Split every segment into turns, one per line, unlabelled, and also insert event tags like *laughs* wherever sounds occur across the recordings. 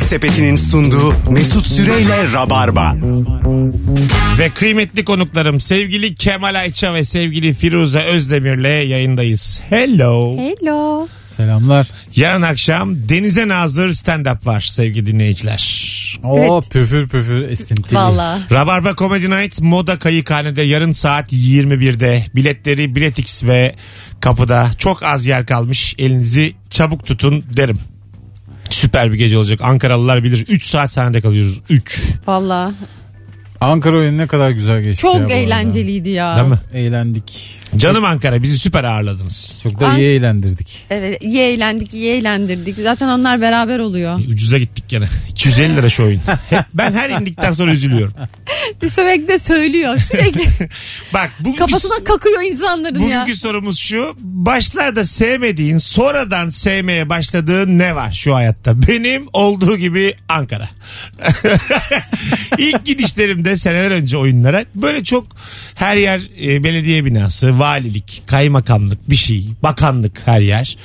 Sepeti'nin sunduğu Mesut Süreyle Rabarba.
Ve kıymetli konuklarım sevgili Kemal Ayça ve sevgili Firuze Özdemir'le yayındayız. Hello.
Hello.
Selamlar.
Yarın akşam Denize Nazır stand-up var sevgili dinleyiciler.
Oo
Evet.
püfür püfür esintili.
Valla.
Rabarba Comedy Night Moda Kayıkhane'de yarın saat 21'de. Biletleri Biletix ve kapıda. Çok az yer kalmış. Elinizi çabuk tutun derim. Süper bir gece olacak. Ankaralılar bilir. 3 saat sahnede kalıyoruz. 3.
Valla.
Ankara oyunu ne kadar güzel geçti.
Çok
ya bu arada.
eğlenceliydi ya.
Değil mi?
Eğlendik.
Canım Ankara bizi süper ağırladınız.
Çok da
An-
iyi eğlendirdik. *laughs*
Evet iyi eğlendik iyi eğlendirdik. Zaten onlar beraber oluyor.
Ucuza gittik gene. *laughs* 250 lira şu oyun. Hep- ben her indikten sonra üzülüyorum.
Sürekli de
*laughs*
söylüyor. Sürekli
Bak bugünkü,
kafasına kakıyor insanların ya.
bugünkü sorumuz şu. Başlarda sevmediğin sonradan sevmeye başladığın ne var şu hayatta? Benim olduğu gibi Ankara. *laughs* İlk gidişlerimde seneler önce oyunlara böyle çok her yer e, belediye binası, valilik, kaymakamlık bir şey, bakanlık her yer.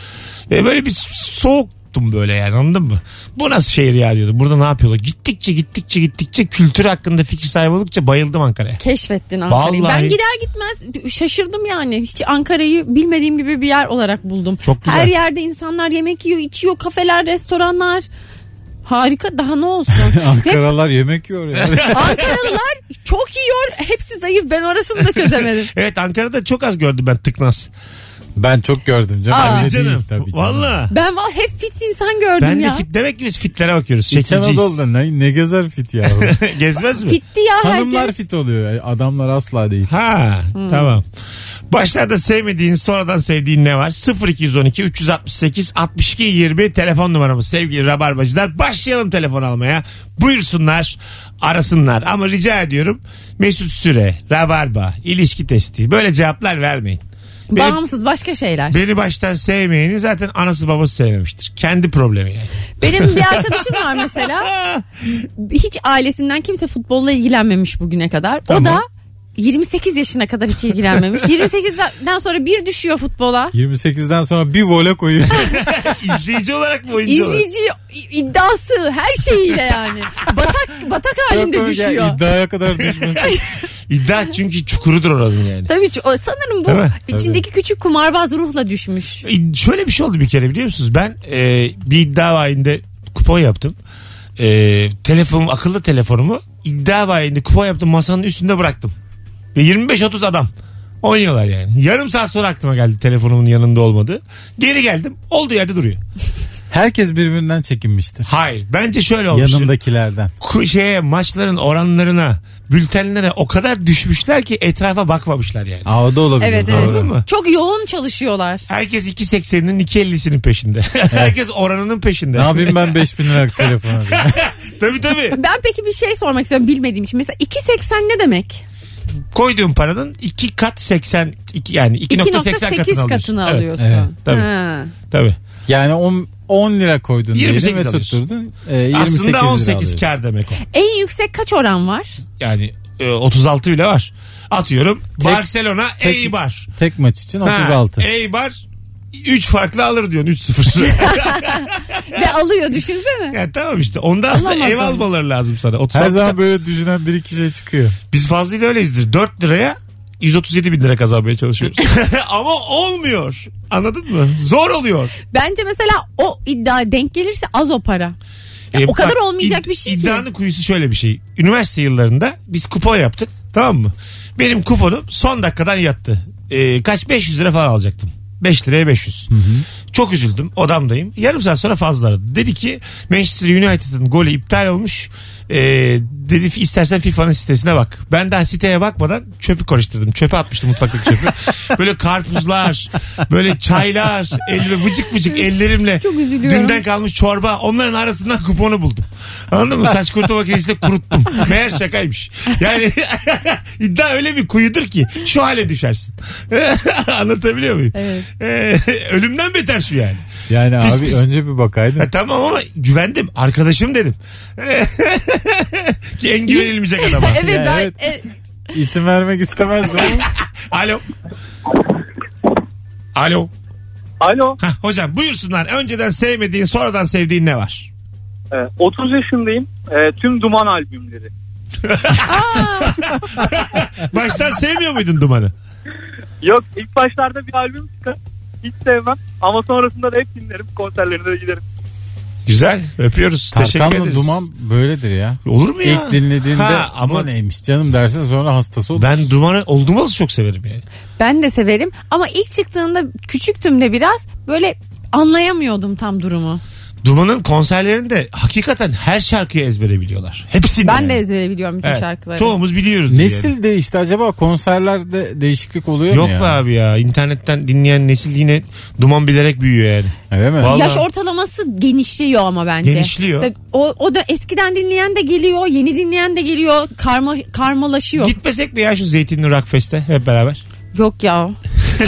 E, böyle bir soğuktum böyle yani anladın mı? Bu nasıl şehir ya diyordum. Burada ne yapıyorlar? Gittikçe gittikçe gittikçe kültür hakkında fikir sahibi oldukça bayıldım Ankara'ya.
Keşfettin Ankara'yı.
Vallahi-
Ben gider gitmez şaşırdım yani. Hiç Ankara'yı bilmediğim gibi bir yer olarak buldum.
Çok güzel.
Her yerde insanlar yemek yiyor, içiyor, kafeler, restoranlar. Harika daha
*laughs*
ne olsun. Ve
Ankaralar yemek yiyor ya.
Ankaralılar çok yiyor. Hepsi zayıf. Ben orasını da
*laughs*
çözemedim.
Evet Ankara'da çok az gördüm ben tıknaz.
*laughs* ben çok gördüm canım.
Aa.
Öyle değil
Canım.
tabii canım.
Valla.
Ben val- hep fit insan gördüm
Ben de
ya.
fit demek ki biz fitlere bakıyoruz.
İç
Çekiciyiz.
Anadolu'da ne, ne gezer
*laughs*
fit ya.
*laughs* Gezmez mi?
Fitti ya
Hanımlar
herkes.
fit oluyor. E, Adamlar asla değil.
Ha
Hmm.
tamam. Başlarda sevmediğin sonradan sevdiğin ne var? 0212 368 62 20 telefon numaramız sevgili rabarbacılar. Başlayalım telefon almaya. Buyursunlar arasınlar ama rica ediyorum Mesut Süre, Rabarba, ilişki testi böyle cevaplar vermeyin. Benim-
Bağımsız başka şeyler.
Beni baştan sevmeyeni zaten anası babası sevmemiştir. Kendi problemi yani.
Benim bir arkadaşım var
*laughs*
mesela.
Ah!
Hiç ailesinden kimse futbolla ilgilenmemiş bugüne kadar.
Tamam.
O da 28 yaşına kadar hiç ilgilenmemiş.
*laughs*
28'den sonra bir düşüyor futbola.
28'den sonra bir vole
*laughs*
koyuyor.
İzleyici olarak mı oyuncu olarak?
İzleyici iddiası her şeyiyle yani. Batak batak halinde
Yok, ya,
düşüyor.
İddiaya
*laughs*
kadar düşmesi.
İddia çünkü çukurudur oranın yani.
Tabii ki- o sanırım
Değil mi?
bu içindeki küçük kumarbaz ruhla düşmüş.
İ- Şöyle bir şey oldu bir kere biliyor musunuz? Ben e, bir iddia bayinde kupon yaptım. E, telefonum, akıllı telefonumu iddia bayinde kupon yaptım masanın üstünde bıraktım. Ve 25-30 adam oynuyorlar yani. Yarım saat sonra aklıma geldi telefonumun yanında olmadığı. Geri geldim olduğu yerde duruyor.
Herkes birbirinden çekinmiştir.
Hayır bence şöyle olmuş.
Yanındakilerden.
Ku- şeye, maçların oranlarına, bültenlere o kadar düşmüşler ki etrafa bakmamışlar yani.
Aa, o da olabilir.
Evet
doğru.
Anladın mı?
evet. Çok yoğun çalışıyorlar.
Herkes 2.80'inin 2.50'sinin peşinde. *laughs* Herkes oranının peşinde.
Ne yapayım ben 5000 liralık
*laughs*
telefon alayım.
*laughs* Tabii tabii.
Ben peki bir şey sormak istiyorum bilmediğim için. Mesela 2.80 ne demek?
Koyduğun paranın 2 kat 80 iki, yani 2.80 katını
2.8
alıyorsun.
katını
Evet,
alıyorsun.
evet,
tabii.
Ha.
tabii.
Yani 10, 10 lira koydun diyelim
28
ve
alıyorsun.
tutturdun. E, 28
Aslında 18
lira
kar demek o.
En yüksek kaç oran var?
Yani e, 36 bile var. Atıyorum
Tek-
Barcelona
tek-
Eibar.
alıyorsun. Tek maç için 36.
Ha, e, Eibar 3 farklı alır diyorsun 3-0.
Ve alıyor düşünsene.
*laughs* yani tamam işte. Onda aslında
Alamaz
ev
abi.
almaları lazım sana. 36
Her zaman böyle düşünen bir iki şey çıkıyor.
Biz fazlıyla öyleyizdir. 4 liraya 137 bin lira kazanmaya çalışıyoruz. Ama olmuyor. Anladın mı? Zor oluyor.
Bence mesela o iddia denk gelirse az o para. Ya
Ee,
o kadar
bak,
olmayacak
id-
bir şey ki.
İddianın kuyusu şöyle bir şey. Üniversite yıllarında biz kupon yaptık. Tamam mı? Benim kuponum son dakikadan yattı. Ee, kaç 500 lira falan alacaktım. 5 liraya 500. Çok üzüldüm. Odamdayım. Yarım saat sonra fazla aradı. Dedi ki Manchester United'ın golü iptal olmuş. Ee, dedi istersen FIFA'nın sitesine bak. Ben daha siteye bakmadan çöpü karıştırdım. Çöpe atmıştım mutfaktaki
*laughs*
çöpü. böyle karpuzlar, böyle çaylar, elime bıcık bıcık ellerimle.
Çok üzülüyorum.
Dünden kalmış çorba onların arasından kuponu buldum. Anladın mı? Saç kurutma makinesiyle kuruttum. Meğer şakaymış. Yani *laughs* iddia öyle bir kuyudur ki şu hale düşersin. *laughs* Anlatabiliyor muyum?
Evet.
Ee, ölümden beter şu yani.
Yani
Pis
abi
pis.
önce bir
Ha, *laughs*
bakaydın.
tamam ama güvendim. Arkadaşım dedim. *laughs* ki en güvenilmeyecek adama.
*laughs* Evet
Ya
ben
evet.
e,
İsim vermek istemezdim ama.
Alo. Alo.
Alo.
Hah, hocam buyursunlar. Önceden sevmediğin sonradan sevdiğin ne var?
Ee, 30 yaşındayım. Ee, tüm Duman albümleri.
Baştan sevmiyor muydun dumanı?
Yok ilk başlarda bir albüm çıkar. Hiç sevmem ama sonrasında da hep dinlerim. Konserlerine de giderim.
Güzel. Öpüyoruz. Teşekkür
Tarkan'la
ederiz.
Duman böyledir ya.
Olur mu ya?
İlk dinlediğinde
Ha, ama
ama neymiş canım dersin sonra hastası olur.
ben dumanı oldum olası çok severim yani.
Ben de severim ama ilk çıktığında küçüktüm de biraz böyle anlayamıyordum tam durumu.
Duman'ın konserlerinde hakikaten her şarkıyı ezbere biliyorlar. Hepsini.
Ben
yani.
de ezbere biliyorum bütün
Evet.
şarkıları.
Çoğumuz biliyoruz.
Nesil
yani.
değişti acaba konserlerde değişiklik oluyor
Yok
mu
be
ya?
abi ya. İnternetten dinleyen nesil yine duman bilerek büyüyor yani.
Öyle mi?
Vallahi-
Yaş ortalaması genişliyor ama bence.
Genişliyor.
Mesela O, o da eskiden dinleyen de geliyor, yeni dinleyen de geliyor. Karma, karmalaşıyor.
Gitmesek mi ya şu Zeytinli Rock Fest'e hep beraber?
Yok ya.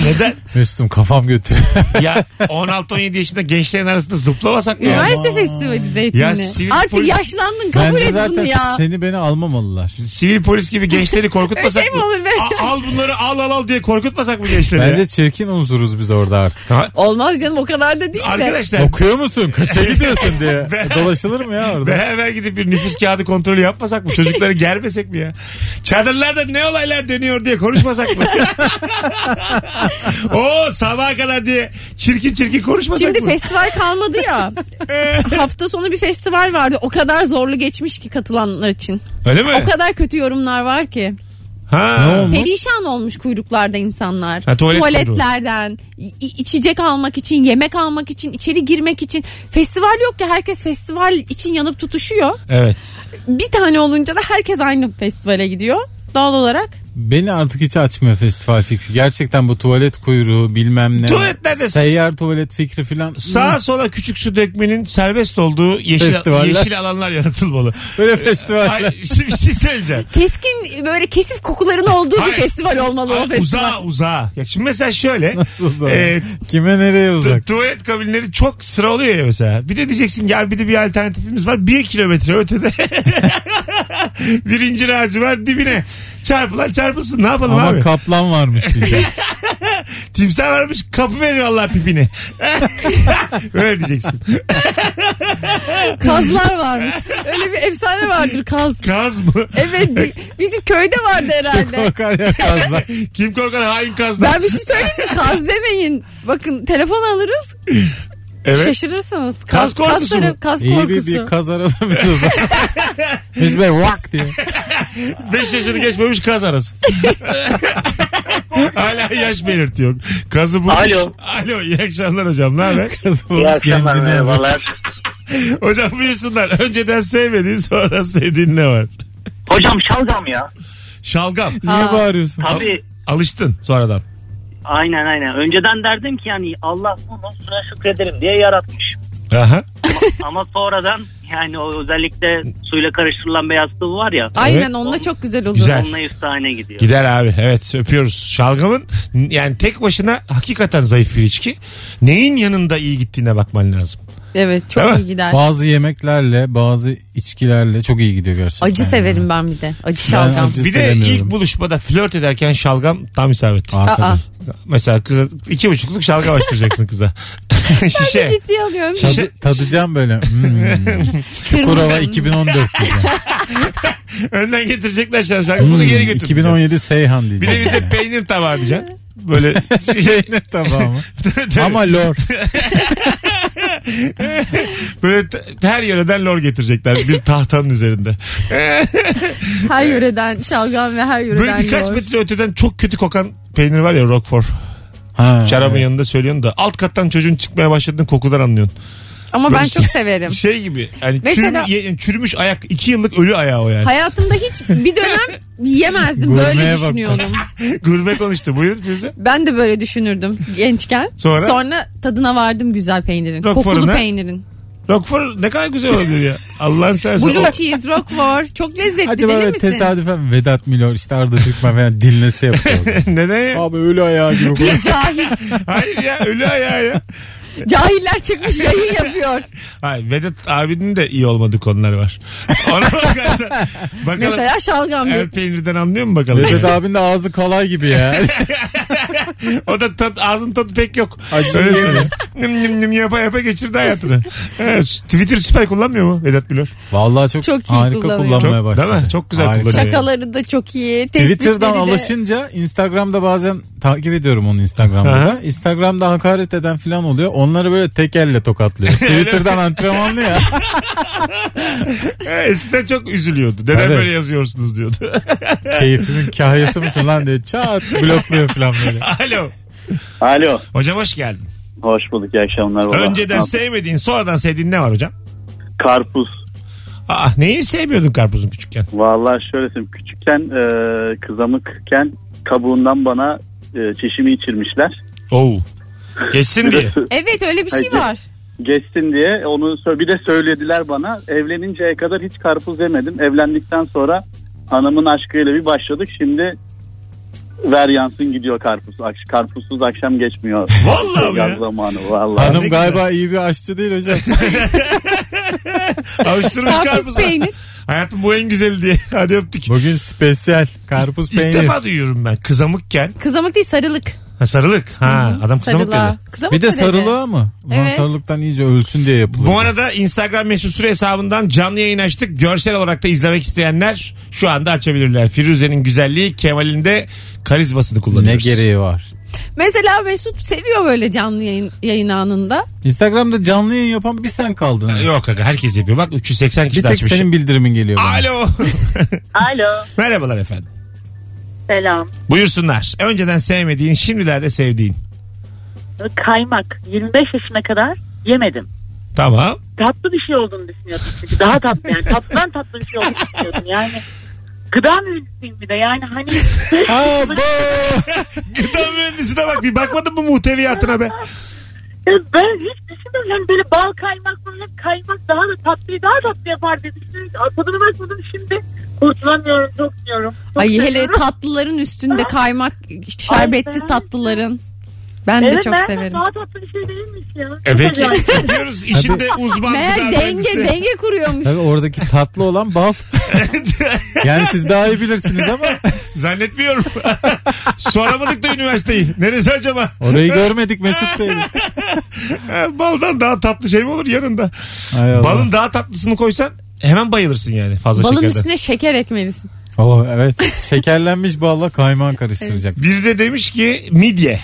Neden?
Müslüm kafam götürüyor.
*laughs*
ya 16-17 yaşında gençlerin arasında zıplamasak mı? ya?
Üniversite festivali
Ee, Ya
zeytinli.
sivil
Artık
polis-
yaşlandın kabul
Bence
et bunu
zaten
ya.
seni beni almamalılar.
Sivil polis gibi gençleri korkutmasak
*laughs* Öyle şey mi olur be?
A- al bunları al al al diye korkutmasak mı gençleri?
Bence
ya?
çirkin unsuruz biz orada artık.
Ha,
Olmaz canım o kadar da değil de.
Arkadaşlar
Okuyor musun? Kaça gidiyorsun diye. E, Dolaşılır mı ya orada?
beraber gidip bir nüfus kağıdı kontrolü yapmasak mı? Çocukları germesek mi ya? Çadırlarda ne olaylar dönüyor diye konuşmasak
*laughs*
mı? o sabaha kadar diye çirkin çirkin konuşmasak
Şimdi
mı?
festival kalmadı ya. Hafta sonu bir festival vardı. O kadar zorlu geçmiş ki katılanlar için.
Öyle mi?
O kadar kötü yorumlar var ki.
Ha.
Ne olmuş?
Perişan olmuş kuyruklarda insanlar.
Ha, tuvalet
Tuvaletlerden, i- içecek almak için, yemek almak için, içeri girmek için. Festival yok ya herkes festival için yanıp tutuşuyor.
Evet.
Bir tane olunca da herkes aynı festivale gidiyor. Doğal olarak.
Beni artık hiç açmıyor festival fikri. Gerçekten bu tuvalet kuyruğu bilmem ne.
Tuvaletlerde-
Seyyar tuvalet fikri filan.
Sağa sola küçük su dökmenin serbest olduğu yeşil,
Festivaller.
yeşil alanlar yaratılmalı.
Böyle festivaller.
Ay, şimdi bir şey söyleyeceğim.
Keskin böyle kesif kokuların olduğu
Hayır.
bir festival olmalı o
Ay,
festival.
uzağa uzağa. Ya şimdi mesela şöyle.
*laughs* Nasıl uzak?
e,
Kime nereye
tu-
uzak?
tuvalet kabinleri çok sıra oluyor ya mesela. Bir de diyeceksin gel bir de bir alternatifimiz var. Bir kilometre ötede. *laughs* Birinci ağacı var dibine. Çarpılan çarpılsın ne yapalım
Ama
abi.
kaplan varmış diyeceğim.
Timsah varmış kapı veriyor Allah pipini. *laughs* Öyle diyeceksin. *laughs*
Kazlar varmış. Öyle bir efsane vardır kaz.
Kaz mı? *laughs*
Evet bi- bizim köyde vardı herhalde.
Korkar ya kazlar.
Kim korkar hain kazdan.
Ben bir şey söyleyeyim mi? Kaz demeyin. Bakın telefon alırız.
Evet.
Şaşırırsınız.
Kaz korkusu
kas, tarafı-
mu?
kas
İyi bir,
korkusu.
bir kaz arası biz o zaman. Biz böyle vak diye.
5 yaşını geçmemiş kaz
*laughs*
arasın. Hala yaş belirti yok. Kazı bulmuş.
Alo.
Alo iyi akşamlar hocam ne haber?
Kaz
İyi
bulmuş
akşamlar
gencine. bak.
merhabalar.
Hocam buyursunlar. Önceden sevmediğin sonradan sevdiğin ne var?
Hocam şalgam ya.
Şalgam.
Niye
Aa.
bağırıyorsun?
Tabii
Alıştın sonradan.
aynen aynen. Önceden derdim ki yani Allah bunu şuna şükrederim diye yaratmış.
Aha.
Ama sonradan yani o özellikle suyla karıştırılan beyaz sıvı var ya.
Aynen
Evet.
onunla çok güzel olur.
Güzel.
Onunla üstüne gidiyor.
Gider abi evet öpüyoruz. Şalgamın yani tek başına hakikaten zayıf bir içki. Neyin yanında iyi gittiğine bakman lazım.
Evet çok
Değil mi?
iyi gider.
Bazı yemeklerle bazı içkilerle çok iyi gidiyor gerçekten.
Acı severim ben bir de. Acı şalgam.
acı-
Bir de
Sevemiyorum.
ilk buluşmada flört ederken şalgam tam isabet.
Aa, tabii.
Aa.
Mesela kıza iki buçukluk şalgam açtıracaksın kıza. *laughs* Şişe.
Ciddiye alıyorum.
Tadı, çadacağım böyle.
*laughs*
Hmm. Kurova 2014 diyeceğim.
Önden getirecekler şalgam. Bunu geri
Hmm,
götür.
2017 Seyhan
Bir de
diyeceğim.
bize peynir tabağı diyeceksin. Böyle *laughs*
Peynir *laughs* tabağı mı? Ama lor.
Böyle t- her yöreden lor getirecekler
*laughs*
bir tahtanın üzerinde.
Her yöreden şalgam ve her yöreden
Böyle birkaç
yoğurt.
metre öteden çok kötü kokan peynir var ya Roquefort.
Ha,
Şarabın
evet.
yanında söylüyorsun da alt kattan çocuğun çıkmaya başladığını kokudan anlıyorsun.
Ama ben
Böyle-
çok severim.
Şey gibi yani
Mesela-
çürüm- ye- çürümüş ayak iki yıllık ölü ayağı o yani.
Hayatımda hiç bir dönem yiyemezdim.
Gurmeye
böyle
bak.
düşünüyordum.
*laughs* Gurme konuştu buyur Firuze.
Ben de böyle düşünürdüm gençken.
Sonra?
tadına vardım güzel peynirin.
Roquefort'una.
Kokulu peynirin.
Roquefort ne kadar güzel oluyor ya. Allah'ın sersen.
Blue
O- *laughs*
cheese, roquefort. Çok lezzetli
Acaba
deli
böyle
misin?
tesadüfen Vedat Milor işte Arda Türkmen falan
*laughs*
dinlese yapıyor.
Neden ya?
Abi ölü ayağı gibi. kokuyor.
Bir cahil.
Hayır ya ölü ayağı ya.
Cahiller çıkmış yayın yapıyor.
Hayır Vedat abinin de iyi olmadığı konular
*laughs*
var. Ona bakarsan. Bakalım.
Mesela şalgam.
Er peynirden anlıyor mu bakalım? *laughs*
Vedat abinin de ağzı kalay gibi ya.
o da tat, ağzın tadı pek yok.
Acısını
Öyle
yemiyor.
söyleyeyim. Nim nim nim yapa yapa geçirdi
*laughs*
hayatını. Evet, Twitter süper kullanmıyor mu Vedat Bilor?
Vallahi çok,
Çok iyi
harika
kullanıyor.
kullanmaya
Çok-
başladı.
değil mi? Çok güzel
Harika.
kullanıyor.
Şakaları da çok iyi.
Twitter'dan
tespitleri de.
alışınca Instagram'da bazen takip ediyorum onu Instagram'da.
Aha.
da. Instagram'da hakaret eden falan oluyor. Onları böyle tek elle
*laughs*
tokatlıyor. Twitter'dan antrenmanlı ya.
Ee, Eskiden çok üzülüyordu. Neden
Evet.
böyle yazıyorsunuz diyordu. *laughs*
Keyfimin kahyası mısın lan diye çat blokluyor falan böyle.
Alo.
Alo.
Hocam hoş geldin.
Hoş bulduk. iyi akşamlar. baba.
Önceden
Ne
sevmediğin sonradan sevdiğin ne var hocam?
yap- Karpuz.
Aa, neyi sevmiyordun karpuzun küçükken?
Vallahi şöyle söyleyeyim. Küçükken e, kızamıkken kabuğundan bana e, çişimi içirmişler.
Oo. Geçsin
Bir de *laughs*
diye.
sö-
Evet öyle bir şey
Hayır.
var.
geçsin diye onu sö- bir de söylediler bana. Evleninceye kadar hiç karpuz yemedim. Evlendikten sonra hanımın aşkıyla bir başladık. Şimdi ver yansın gidiyor karpuz. Ak- Karpuzsuz akşam geçmiyor.
Vallahi mi ya?
Yaz zamanı vallahi.
ne
Hanım
güzel.
galiba iyi bir aşçı değil hocam.
Alıştırmış
Karpuz
karpuzu.
peynir.
Hayatım bu en güzeli diye. *laughs* Hadi öptük.
*laughs* Bugün spesyal karpuz
İlk
peynir.
defa duyuyorum ben. Kızamıkken.
Kızamık değil sarılık.
Ha, sarılık. Ha, adam kızamık
Sarılığa.
dedi.
Kızamık
Bir de
mı dedi?
sarılığa mı? Ulan
Evet.
sarılıktan iyice ölsün diye yapılıyor.
Bu arada Instagram mesut süre hesabından canlı yayın açtık. Görsel olarak da izlemek isteyenler şu anda açabilirler. Firuze'nin güzelliği, Kemal'in de karizmasını
ne
kullanıyoruz.
gereği var?
Mesela Mesut seviyor böyle canlı yayın, yayın anında.
Instagram'da canlı yayın yapan bir sen kaldın. ha.
Yok aga herkes yapıyor. Bak 380 kişi
Bir
de
tek
açmış.
senin bildirimin geliyor bana.
Alo.
*laughs* Alo.
Merhabalar efendim.
Selam.
Buyursunlar. Önceden sevmediğin, şimdilerde sevdiğin.
Kaymak. 25 yaşına kadar yemedim.
Tamam.
Tatlı bir şey olduğunu düşünüyordum çünkü. Daha tatlı yani. Tatlıdan tatlı bir şey olduğunu düşünüyordum. Yani gıda mühendisiyim bir de. Yani hani
Aa, bu-
Gıda mühendisine bak bir bakmadın mı muhteviyatına be.
ben hiç düşünmedim. Yani böyle bal kaymak böyle kaymak daha da tatlıyı daha tatlı yapar diye düşünüyorum. Tadına bakmadım şimdi. Kurtulamıyorum çok diyorum. Çok
Ay hele
seviyorum.
tatlıların üstünde kaymak şerbetli
Ay, ben-
tatlıların. Ben de
Evet,
çok
ben
severim.
Daha tatlı bir şey değilmiş ya.
E peki
Yani.
diyoruz işinde uzman
Meğer
gıda
denge
mühendisi.
denge kuruyormuş.
Tabii oradaki tatlı
*laughs*
olan bal. yani siz daha iyi bilirsiniz ama
Zannetmiyorum. *laughs* Soramadık da üniversiteyi. Neresi acaba?
orayı görmedik Mesut Bey.
*laughs* Ha, Baldan daha tatlı şey mi olur yanında?
Hay Allah.
Balın daha tatlısını koysan hemen bayılırsın yani fazla
Balın
şekerden.
üstüne şeker ekmelisin.
Oo, Oh, evet. Şekerlenmiş balla kaymağın karıştıracak.
Biri de demiş ki midye.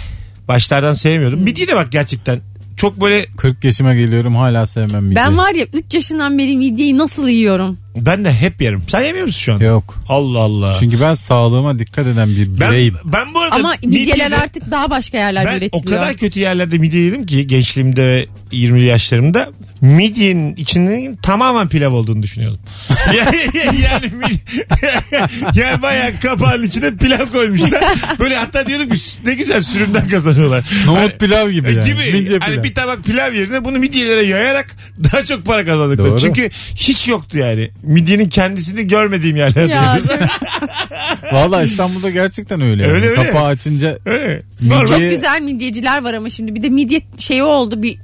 Başlardan sevmiyordum. Midye de bak gerçekten çok böyle
40 yaşıma geliyorum hala sevmem şey. midye.
Ben var ya 3 yaşından beri midyeyi nasıl yiyorum?
ben de hep yerim. Sen yemiyor musun şu an?
Yok.
Allah Allah.
Çünkü ben sağlığıma dikkat eden bir
ben,
bireyim.
ben bu arada
Ama
midyeyi
midyeler
de-
artık daha başka yerlerde
Ben o
üretiliyor.
kadar kötü yerlerde midye yedim ki gençliğimde ve 20'li yaşlarımda midyenin içinin tamamen pilav olduğunu düşünüyordum. *laughs* yani, yani, mid- *laughs* yani bayağı kapağın içine pilav koymuşlar. Böyle hatta diyordum ki ne güzel sürümden kazanıyorlar. Hani
Nohut pilav gibi yani.
Gibi.
Midye
hani
pilav.
bir tabak pilav yerine bunu midyelere yayarak daha çok para kazandıkları.
Doğru.
Çünkü hiç yoktu yani. Midyenin kendisini görmediğim yerlerde. *laughs*
Ya,
Valla İstanbul'da gerçekten öyle. yani.
Öyle, öyle.
Kapağı açınca
Öyle.
Midye-
Normal.
çok güzel midyeciler var ama şimdi bir de midye şeyi oldu bir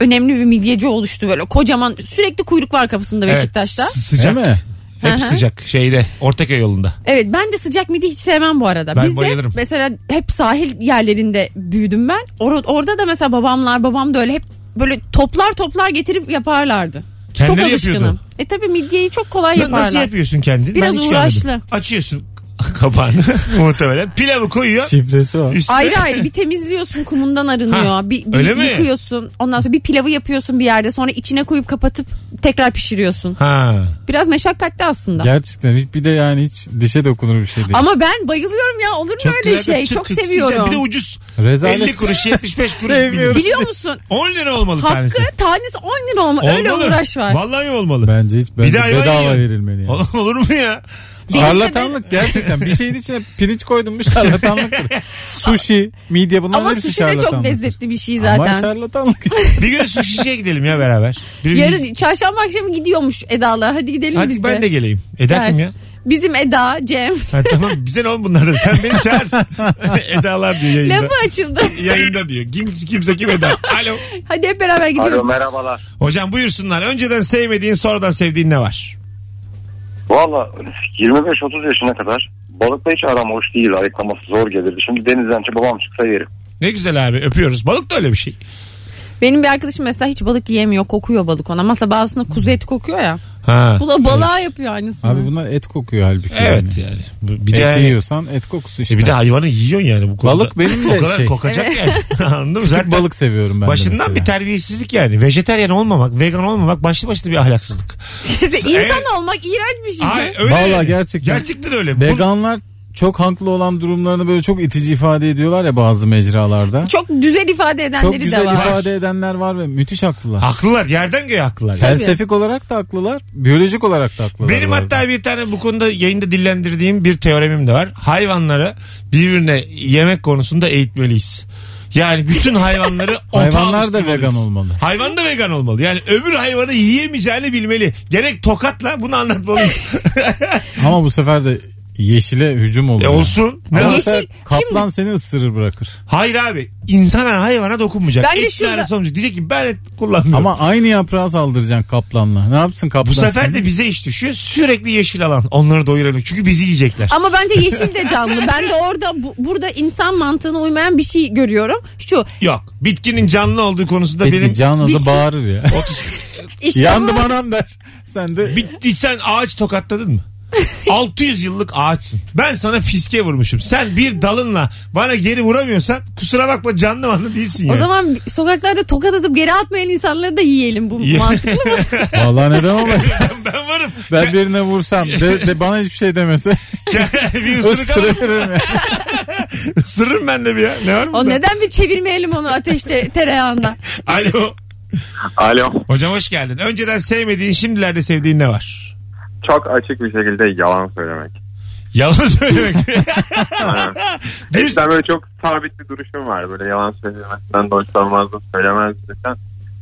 önemli bir midyeci oluştu böyle kocaman sürekli kuyruk var kapısında
Evet.
Beşiktaş'ta.
S- *laughs* Sıcak.
Değil mi?
Hep
Hı hı.
sıcak şeyde Ortaköy yolunda.
Evet ben de sıcak midye hiç sevmem bu arada.
Ben
Biz de
bayılırım.
mesela hep sahil yerlerinde büyüdüm ben. Or- orada da mesela babamlar babam da öyle hep böyle toplar toplar getirip yaparlardı.
Kendileri
çok
yapıyordu.
alışkınım. E tabi midyeyi çok kolay
Na-
yaparlar.
Nasıl yapıyorsun kendini?
Biraz
Ben hiç
uğraşlı.
görmedim. Açıyorsun *laughs* kapağını muhtemelen. Pilavı koyuyor.
Şifresi var.
Üstüne
Ayrı ayrı bir temizliyorsun kumundan arınıyor.
Ha,
bir, bir
öyle mi?
yıkıyorsun. Ondan sonra bir pilavı yapıyorsun bir yerde. Sonra içine koyup kapatıp tekrar pişiriyorsun.
*laughs* Ha.
Biraz meşakkatli aslında.
Gerçekten hiç, bir de yani hiç dişe dokunur bir şey değil.
Ama ben bayılıyorum ya. Olur mu öyle
güzel de
şey?
çıt
Çok
çıt çıt
seviyorum.
Bir de ucuz.
Rezalet.
50 kuruş 75 kuruş.
Sevmiyorum.
bilmiyorum.
Biliyor musun?
10 lira olmalı tanesi.
Hakkı tanesi 10 lira olma. Öyle
Olmalı.
uğraş var.
Vallahi olmalı.
Bence hiç bence
de hayvan
bedava
yiyor.
verilmeli. Yani.
*laughs* Ol- Olur mu ya?
Denizde
Şarlatanlık gerçekten. Bir şeyin içine pirinç koydun mu şarlatanlıktır.
*laughs*
Sushi, midye bunların
Ama
hepsi
sushi de
şarlatanlık.
çok lezzetli bir şey
Ama
zaten. *laughs*
şarlatanlık.
Bir gün sushi'ye gidelim ya beraber. Birimiz-
Yarın çarşamba akşamı gidiyormuş Eda'la. Hadi gidelim
Hadi
biz de.
ben de geleyim. Eda kim
Ders.
ya?
Bizim Eda, Cem.
Ha, tamam bize ne oğlum bunlardan? Sen beni çağır. Edalar diyor yayında.
Lafı açıldı. *laughs*
Yayında diyor. Kim, kimse kim Eda. Alo.
Hadi hep beraber gidiyoruz.
merhabalar.
Hocam buyursunlar. Önceden sevmediğin sonradan sevdiğin ne var?
Valla 25-30 yaşına kadar Balıkla hiç aram hoş değil. Ayıklaması zor gelirdi. Şimdi denizden çık- babam çıksa yerim.
Ne güzel abi öpüyoruz. Balık da öyle bir şey.
Benim bir arkadaşım mesela hiç balık yiyemiyor kokuyor balık ona. Masa bazısında kuzu eti kokuyor ya.
Ha.
Bu da balığa yapıyor aynısını. *laughs*
Abi bunlar et kokuyor halbuki.
Evet
yani.
yani. Bu- Bir
Eti
de yani,
yiyorsan et kokusu işte.
e bir de hayvanı yiyorsun yani bu konuda.
Balık benim
o
de
kadar
şey.
kokacak yani. *laughs* Anladın mı?
Küçük
Zaten
balık seviyorum ben de
başından
mesela.
bir terbiyesizlik yani. Vejeteryan olmamak, vegan olmamak başlı başlı bir ahlaksızlık.
İnsan olmak iğrenç bir şey.
Ay, öyle.
Vallahi gerçekten.
Gerçekten öyle. Bu-
Veganlar çok haklı olan durumlarını böyle çok itici ifade ediyorlar ya bazı mecralarda.
Çok güzel ifade edenleri
Çok
de
güzel
var.
ifade edenler var ve müthiş haklılar.
Haklılar. Yerden göğe haklılar. yani.
Felsefik olarak da haklılar, biyolojik olarak da haklılar.
Benim
bu arada.
hatta bir tane bu konuda yayında dillendirdiğim bir teoremim de var. Hayvanları birbirine yemek konusunda eğitmeliyiz. Yani bütün
*laughs*
hayvanları ota
Hayvanlar da
alıştırmalıyız.
vegan olmalı.
Hayvan da vegan olmalı. Yani öbür hayvanı yiyemeyeceğini bilmeli. Gerek tokatla bunu
*laughs*
anlatmalıyız.
Ama bu sefer de yeşile hücum olur.
e
yani.
olsun. Ne
Ama
var?
bu sefer
Yeşil-
kaplan seni ısırır bırakır.
Hayır abi. İnsana hayvana dokunmayacak.
Ben de
Etle
şurada-
arası olmayacak. Diyecek ki ben et kullanmıyorum. Ama
Ama aynı yaprağa saldıracaksın kaplanla. Ne yapsın kaplan?
bu sefer
seni?
de bize iş düşüyor. Sürekli yeşil alan. Onları doyuralım. Çünkü bizi yiyecekler.
Ama bence yeşil de canlı. Ben de orada bu- burada insan mantığına uymayan bir şey görüyorum. Şu
Yok. Bitkinin canlı olduğu konusunda
Peki
benim...
Can Oza
Biz-
*laughs*
bağırır ya.
işte
Yandım
bu-
anam der. Sen de
Bitti sen ağaç
*laughs*
tokatladın mı? 600 yıllık ağaçsın. Ben sana fiske vurmuşum. Sen bir dalınla bana geri vuramıyorsan kusura bakma canlı manlı değilsin ya.
o zaman sokaklarda tokat atıp geri atmayan insanları da yiyelim bu
Ye-
mantıklı *laughs* mı?
Vallahi neden olmasın?
*laughs* ben varım.
Ben birine vursam de, de bana hiçbir şey demese
bir ısırık alırım.
ısırırım. ya.
Isırırım ben de bir ya. Ne var mı?
O neden bir çevirmeyelim onu ateşte tereyağında?
Alo.
Alo.
Hocam hoş geldin. Önceden sevmediğin şimdilerde sevdiğin ne var?
Çok açık bir şekilde yalan söylemek.
Yalan söylemek.
*laughs*
Dürüst-
Eskiden böyle çok sabit bir duruşum var. Böyle yalan söylemesinden de hoşlanmazdım, söylemezlikten.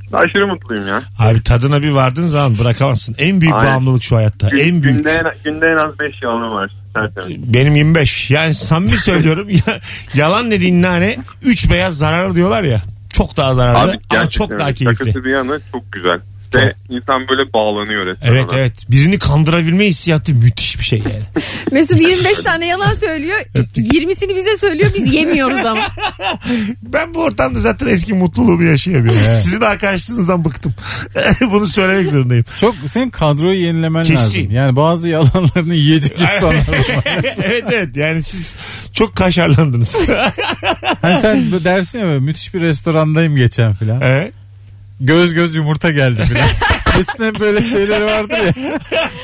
Şimdi Aşırı mutluyum ya.
Abi tadına bir vardığın zaman bırakamazsın. En büyük
Aynen.
bağımlılık şu hayatta.
Gün-
En büyük.
Günde en, günde en az 5 yalanım var. Tertemiz.
Benim 25. Yani samimi söylüyorum. *laughs* ya- yalan dediğin nane 3 beyaz zararlı diyorlar ya. Çok daha zararlı ama
gerçekten
çok daha
öyle.
keyifli.
Şakası bir yana çok güzel. Ve insan böyle bağlanıyor resmen.
Evet
ona.
evet. Birini kandırabilme hissiyatı müthiş bir
*laughs*
şey yani.
Mesut 25 tane yalan söylüyor. 20'sini bize söylüyor biz yemiyoruz *laughs* ama.
Ben bu ortamda zaten eski mutluluğumu yaşayamıyorum. Sizin arkadaşlığınızdan bıktım. *laughs* Bunu söylemek zorundayım. *laughs*
Çok senin kadroyu yenilemen
Kesin.
lazım. Yani bazı yalanlarını
*laughs*
yiyecek insanlar var.
evet evet yani siz
*laughs*
çok kaşarlandınız.
Hani sen bu dersin ya böyle, müthiş bir restorandayım geçen filan.
evet.
Göz göz yumurta geldi
*laughs*
filan. Eskiden böyle şeyler vardı ya.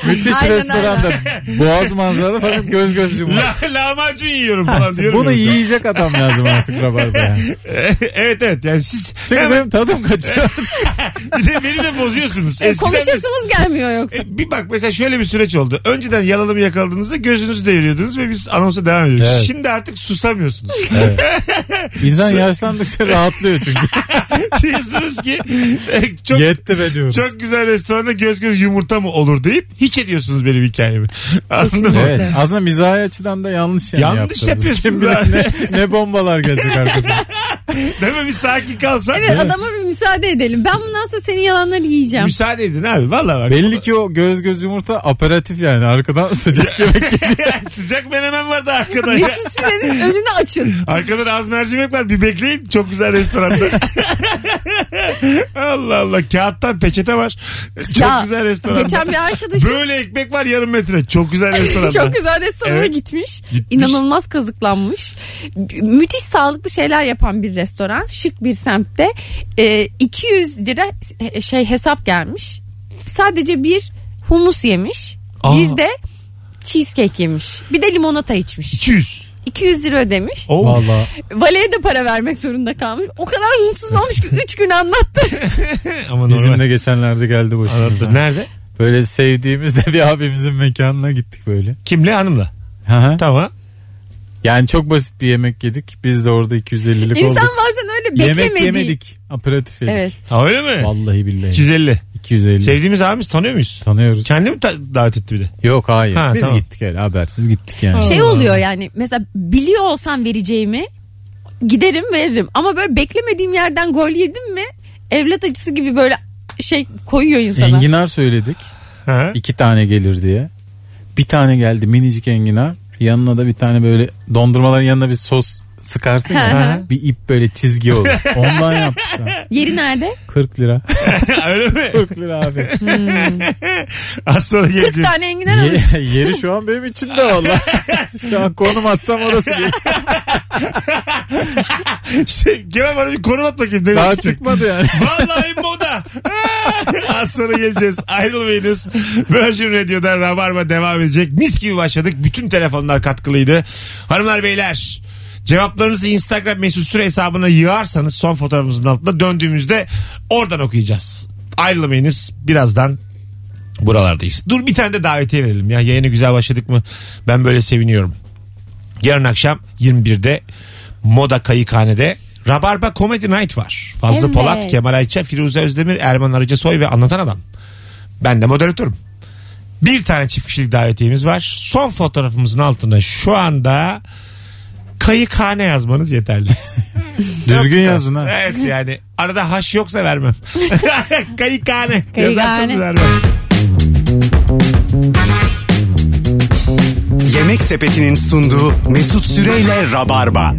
Müthiş
Aynen,
restoranda boğaz manzaralı fakat göz göz yumurta.
La, lahmacun yiyorum
Ha,
falan diyorum.
Bunu
ya mesela.
yiyecek adam lazım artık rabarba yani.
*laughs* evet evet yani siz
Çünkü
hemen-
benim
*laughs*
tadım kaçıyor.
bir de beni de bozuyorsunuz.
E,
Eskiden de-
konuşasımız gelmiyor yoksa.
E, bir bak mesela şöyle bir süreç oldu. Önceden yalanımı yakaladığınızda gözünüzü deviriyordunuz ve biz anonsa devam ediyoruz.
Evet.
Şimdi artık susamıyorsunuz.
*laughs*
*laughs*
İnsan yaşlandıkça rahatlıyor çünkü.
Diyorsunuz ki e, *laughs* çok
Yetti be diyoruz.
çok güzel restoranda göz göz yumurta mı olur deyip hiç ediyorsunuz benim hikayemi. *laughs* Anladın mı?
Evet. Aslında mizahi açıdan da yanlış yani
Yanlış
yaptığımız. Kim bilir
yapıyorsunuz
ne, ne bombalar
*laughs*
gelecek arkasına.
Değil mi? Bir sakin kalsan.
*laughs* Evet adama bir müsaade edelim. Ben bundan sonra senin yalanları yiyeceğim.
Müsaade edin abi. Vallahi bak.
Belli ki Hani o göz göz yumurta aperatif yani. Arkadan *laughs* sıcak yemek.
*laughs* Sıcak menemen vardı arkada. ya.
Mesut Süren'in önünü *laughs* açın.
Arkada az mercimek var. Bir bekleyin. Çok güzel restoranda.
*laughs*
*laughs* Allah Allah. Kağıttan peçete var. Çok
Ya,
güzel restoranda.
Geçen bir arkadaşım
Böyle ekmek var yarım metre. Çok
*laughs*
güzel restoranda.
Çok güzel restorana
Evet.
gitmiş.
Gitmiş.
İnanılmaz kazıklanmış. Mü- Müthiş sağlıklı şeyler yapan bir restoran. Şık bir semtte. Ee, 200 lira he- şey hesap gelmiş. Sadece bir humus yemiş.
Aa.
Bir de cheesecake yemiş. Bir de limonata içmiş.
200.
200 lira ödemiş.
Oo.
Valla.
Valeye de para vermek zorunda kalmış. O kadar mutsuzlanmış ki 3 gün anlattı.
Ama
Bizim
normal.
de geçenlerde geldi
Anlattım.
başımıza.
Nerede?
Böyle sevdiğimiz de bir abimizin mekanına gittik böyle.
Kimle? Hanımla.
Hı hı.
Tamam.
yani çok basit bir yemek yedik. Biz de orada 250'lik
İnsan
olduk.
bazen öyle
Yemek
beklemediği.
yemedik. Aperatif yedik.
Evet.
Ha öyle mi?
Vallahi billahi.
250.
250.
Sevdiğimiz abimiz tanıyor muyuz?
Tanıyoruz.
Kendi mi ta- davet etti bir de?
Yok hayır.
Ha,
Biz
tamam.
gittik öyle habersiz gittik yani.
Şey oluyor yani mesela biliyor olsam vereceğimi giderim veririm ama böyle beklemediğim yerden gol yedim mi evlat acısı gibi böyle şey koyuyor insana.
Enginar söyledik.
Ha.
iki tane gelir diye. Bir tane geldi minicik enginar. Yanına da bir tane böyle dondurmaların yanına bir sos sıkarsın
Hı
ya. bir ip böyle çizgi olur. Ondan yapmışlar.
Yeri nerede?
40 lira.
*laughs* Öyle mi?
40 lira abi.
Az sonra
40
geleceğiz.
tane enginar alırız.
Ye- *laughs* yeri şu an benim içimde valla. *laughs* şu an konum atsam orası değil.
Şey, Kemal bana bir konu at bakayım. Nereye
*laughs* Daha
çıkacak?
çıkmadı yani.
Vallahi moda. *laughs* Az sonra geleceğiz. Ayrılmayınız. Virgin Radio'da Rabarba devam edecek. Mis gibi başladık. Bütün telefonlar katkılıydı. Hanımlar beyler cevaplarınızı Instagram mesut süre hesabına yığarsanız son fotoğrafımızın altında döndüğümüzde oradan okuyacağız. Ayrılmayınız. Birazdan buralardayız. Dur bir tane de davetiye verelim ya. Yayını güzel başladık mı? Ben böyle seviniyorum. Yarın akşam 21'de Moda Kayıkhane'de Rabarba Comedy Night var. Fazlı
Evet.
Polat, Kemal Ayça, Firuze Özdemir, Erman Arıca Soy ve Anlatan Adam. Ben de moderatörüm. Bir tane çift kişilik davetiyemiz var. Son fotoğrafımızın altına şu anda kayıkhane yazmanız
*laughs*
yeterli.
Düzgün yazın ha.
evet yani arada haş yoksa vermem. *laughs* kayıkhane.
Kayıkhane.
Yazarsanız vermem.
Yemek Sepeti'nin sunduğu Mesut Süreyle Rabarba.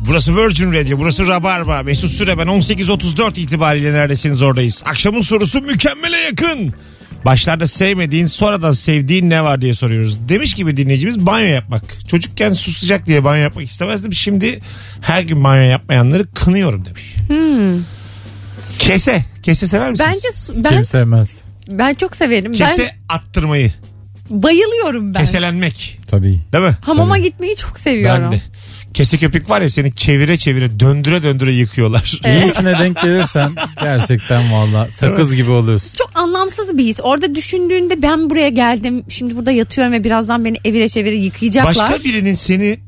Burası Virgin Radio, burası Rabarba. Mesut Süre ben 18.34 itibariyle neredesiniz oradayız. Akşamın sorusu mükemmele yakın. Başlarda sevmediğin sonradan sevdiğin ne var diye soruyoruz. Demiş gibi dinleyicimiz banyo yapmak. Çocukken su sıcak diye banyo yapmak istemezdim. Şimdi her gün banyo yapmayanları kınıyorum demiş. Kese. Kese sever misiniz?
Hmm. Bence su- ben
Kim sevmez.
ben çok severim.
Kese attırmayı.
Ben bayılıyorum ben.
Keselenmek.
Tabii.
Değil mi?
Hamama gitmeyi çok seviyorum.
Ben de. Kese köpük var ya seni çevire çevire döndüre döndüre yıkıyorlar.
İyisine denk gelirsen gerçekten valla sakız gibi oluyorsun.
Çok anlamsız bir his. Orada düşündüğünde ben buraya geldim. Şimdi burada yatıyorum ve birazdan beni evire çevire yıkayacaklar.
Başka birinin seni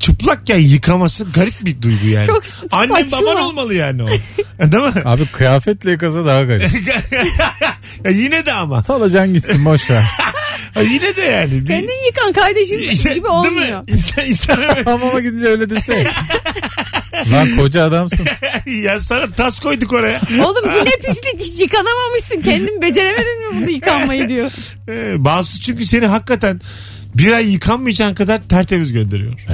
çıplakken yıkaması garip bir duygu yani.
Çok s-
Annen
saçma.
baban olmalı yani
*laughs*
o. Değil mi?
Abi kıyafetle yıkasa daha garip. *laughs*
Ya yine de ama.
Salacan gitsin boş ver.
Ya yine de yani. Bir-
Kendin yıkan kardeşim
Şey,
gibi
Değil mi?
olmuyor.
İnsan,
*laughs*
insan
Hamama gidince öyle dese. *laughs* Lan koca adamsın.
ya sana tas koyduk oraya.
Oğlum bu ne pislik hiç yıkanamamışsın. Kendin beceremedin mi bunu
*laughs*
yıkanmayı diyor.
Ee, bazısı çünkü seni hakikaten bir ay yıkanmayacağın kadar tertemiz gönderiyor.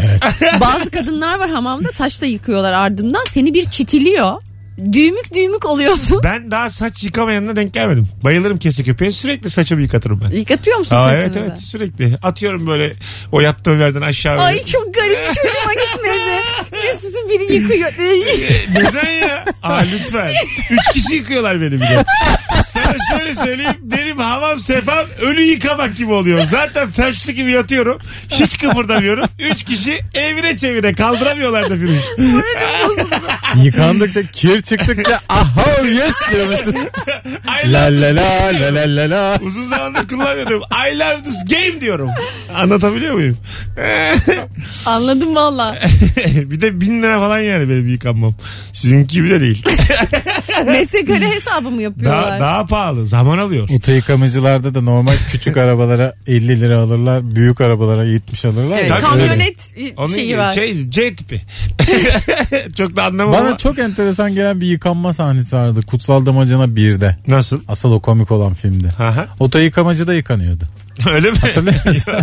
Bazı kadınlar var hamamda saçla yıkıyorlar ardından seni bir çitiliyor. Düğmük düğmük oluyorsun.
Ben daha saç yıkamayanına denk gelmedim. Bayılırım kese köpeğe sürekli saçımı yıkatırım ben.
Yıkatıyor musun
Aa,
saçını
evet
da?
evet sürekli. Atıyorum böyle o yattığım yerden aşağı. böyle.
Ay çok garip hiç hoşuma gitmedi. Mesut'u biri yıkıyor.
Neden ya? Aa lütfen. Üç kişi yıkıyorlar beni bir de. Sana şöyle söyleyeyim. Benim havam sefam ölü yıkamak gibi oluyor. Zaten felçli gibi yatıyorum. Hiç kıpırdamıyorum. Üç kişi evine çevire kaldıramıyorlar da filmi.
Yıkandıkça kir çıktıkça aha yes diyor mesela.
I
La
love
la la la la la la.
Uzun zamandır kullanmıyordum. I love this game diyorum. Anlatabiliyor muyum? *laughs*
Anladım valla.
bir de bin lira falan yani benim yıkanmam. Sizinki gibi de değil.
Metrekare hesabı mı yapıyorlar?
Daha, daha pahalı. Zaman alıyor.
Oto yıkamacılarda da normal küçük arabalara 50 lira alırlar. Büyük arabalara 70 alırlar.
Evet,
ya.
Tabii.
kamyonet
Onun
şeyi
gibi
var.
şey, C tipi. *laughs* Çok da anlamam
Bana
ama-
çok enteresan gelen bir yıkanma sahnesi vardı. Kutsal Damacana 1'de.
Nasıl?
Asıl o komik olan filmde.
Aha. *laughs*
Oto yıkamacı da yıkanıyordu.
Öyle mi?
Hatırlıyor musun?